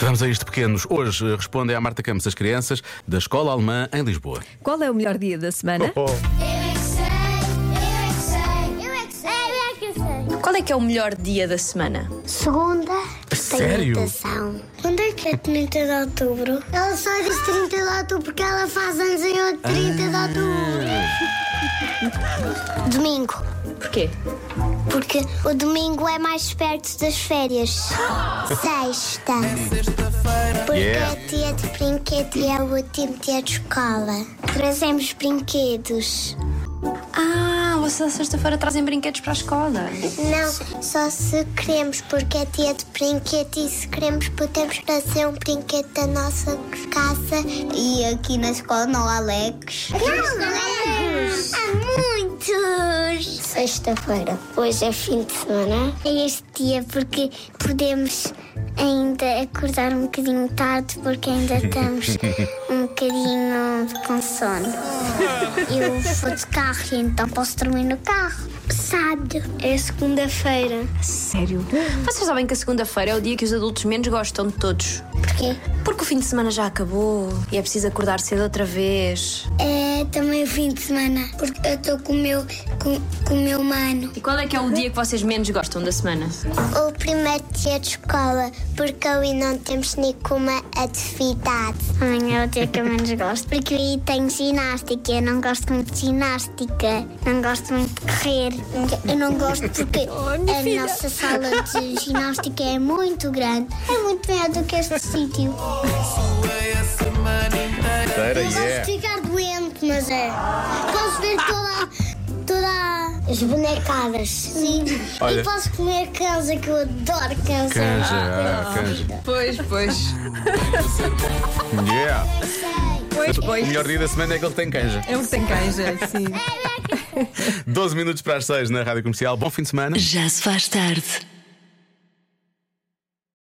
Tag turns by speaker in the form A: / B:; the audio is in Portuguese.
A: Vamos a isto, pequenos. Hoje eh, respondem à Marta Campos as crianças da Escola Alemã em Lisboa.
B: Qual é o melhor dia da semana?
C: Oh,
D: Eu é que sei, eu é que sei, eu é que sei.
E: Qual é que é o melhor dia da semana?
D: Segunda
A: Sério?
D: natação. Quando é que é 30 de outubro? Ela só diz 30 de outubro porque ela faz anos em outro 30 de outubro.
A: Ah.
D: Domingo.
E: Porquê?
D: Porque o domingo é mais perto das férias. Sexta. Porque
A: É Yeah.
D: é dia de brinquedo e é o último dia de escola. Trazemos brinquedos.
E: Ah, vocês à sexta-feira trazem brinquedos para a escola.
D: Não, só se queremos, porque é dia de brinquedo e se queremos podemos trazer um brinquedo da nossa casa. E aqui na escola não há legos. Não, há muitos! Sexta-feira, hoje é fim de semana. É este dia porque podemos ainda acordar um bocadinho tarde, porque ainda estamos um bocadinho com sono. Eu vou de carro, então posso dormir no carro. Sábado é segunda-feira.
E: Sério? Vocês sabem que a segunda-feira é o dia que os adultos menos gostam de todos.
D: Porquê?
E: Porque o fim de semana já acabou e é preciso acordar cedo outra vez.
D: É também o fim de semana, porque eu estou com o meu, com, com o meu mano.
E: E qual é que é o dia que vocês menos gostam da semana?
D: O primeiro dia de escola, porque aí não temos nenhuma atividade. Amanhã é o dia que eu menos gosto. Porque aí tenho ginástica, eu não gosto muito de ginástica, não gosto muito de correr. Eu não gosto porque a nossa sala de ginástica é muito grande. É muito maior do que este sítio.
C: era
D: Eu
A: é.
C: yeah.
D: ficar doente, mas é. Posso ver toda, toda as bonecadas. Sim.
A: Olha.
D: posso comer canja, que eu adoro canja.
A: Canja, ah, canja.
B: Pois, pois.
C: Yeah.
B: Pois,
A: O
B: pois.
A: melhor dia da semana é que ele tem canja.
B: É o que tem canja, sim.
A: 12 minutos para as 6 na Rádio Comercial. Bom fim de semana.
F: Já se faz tarde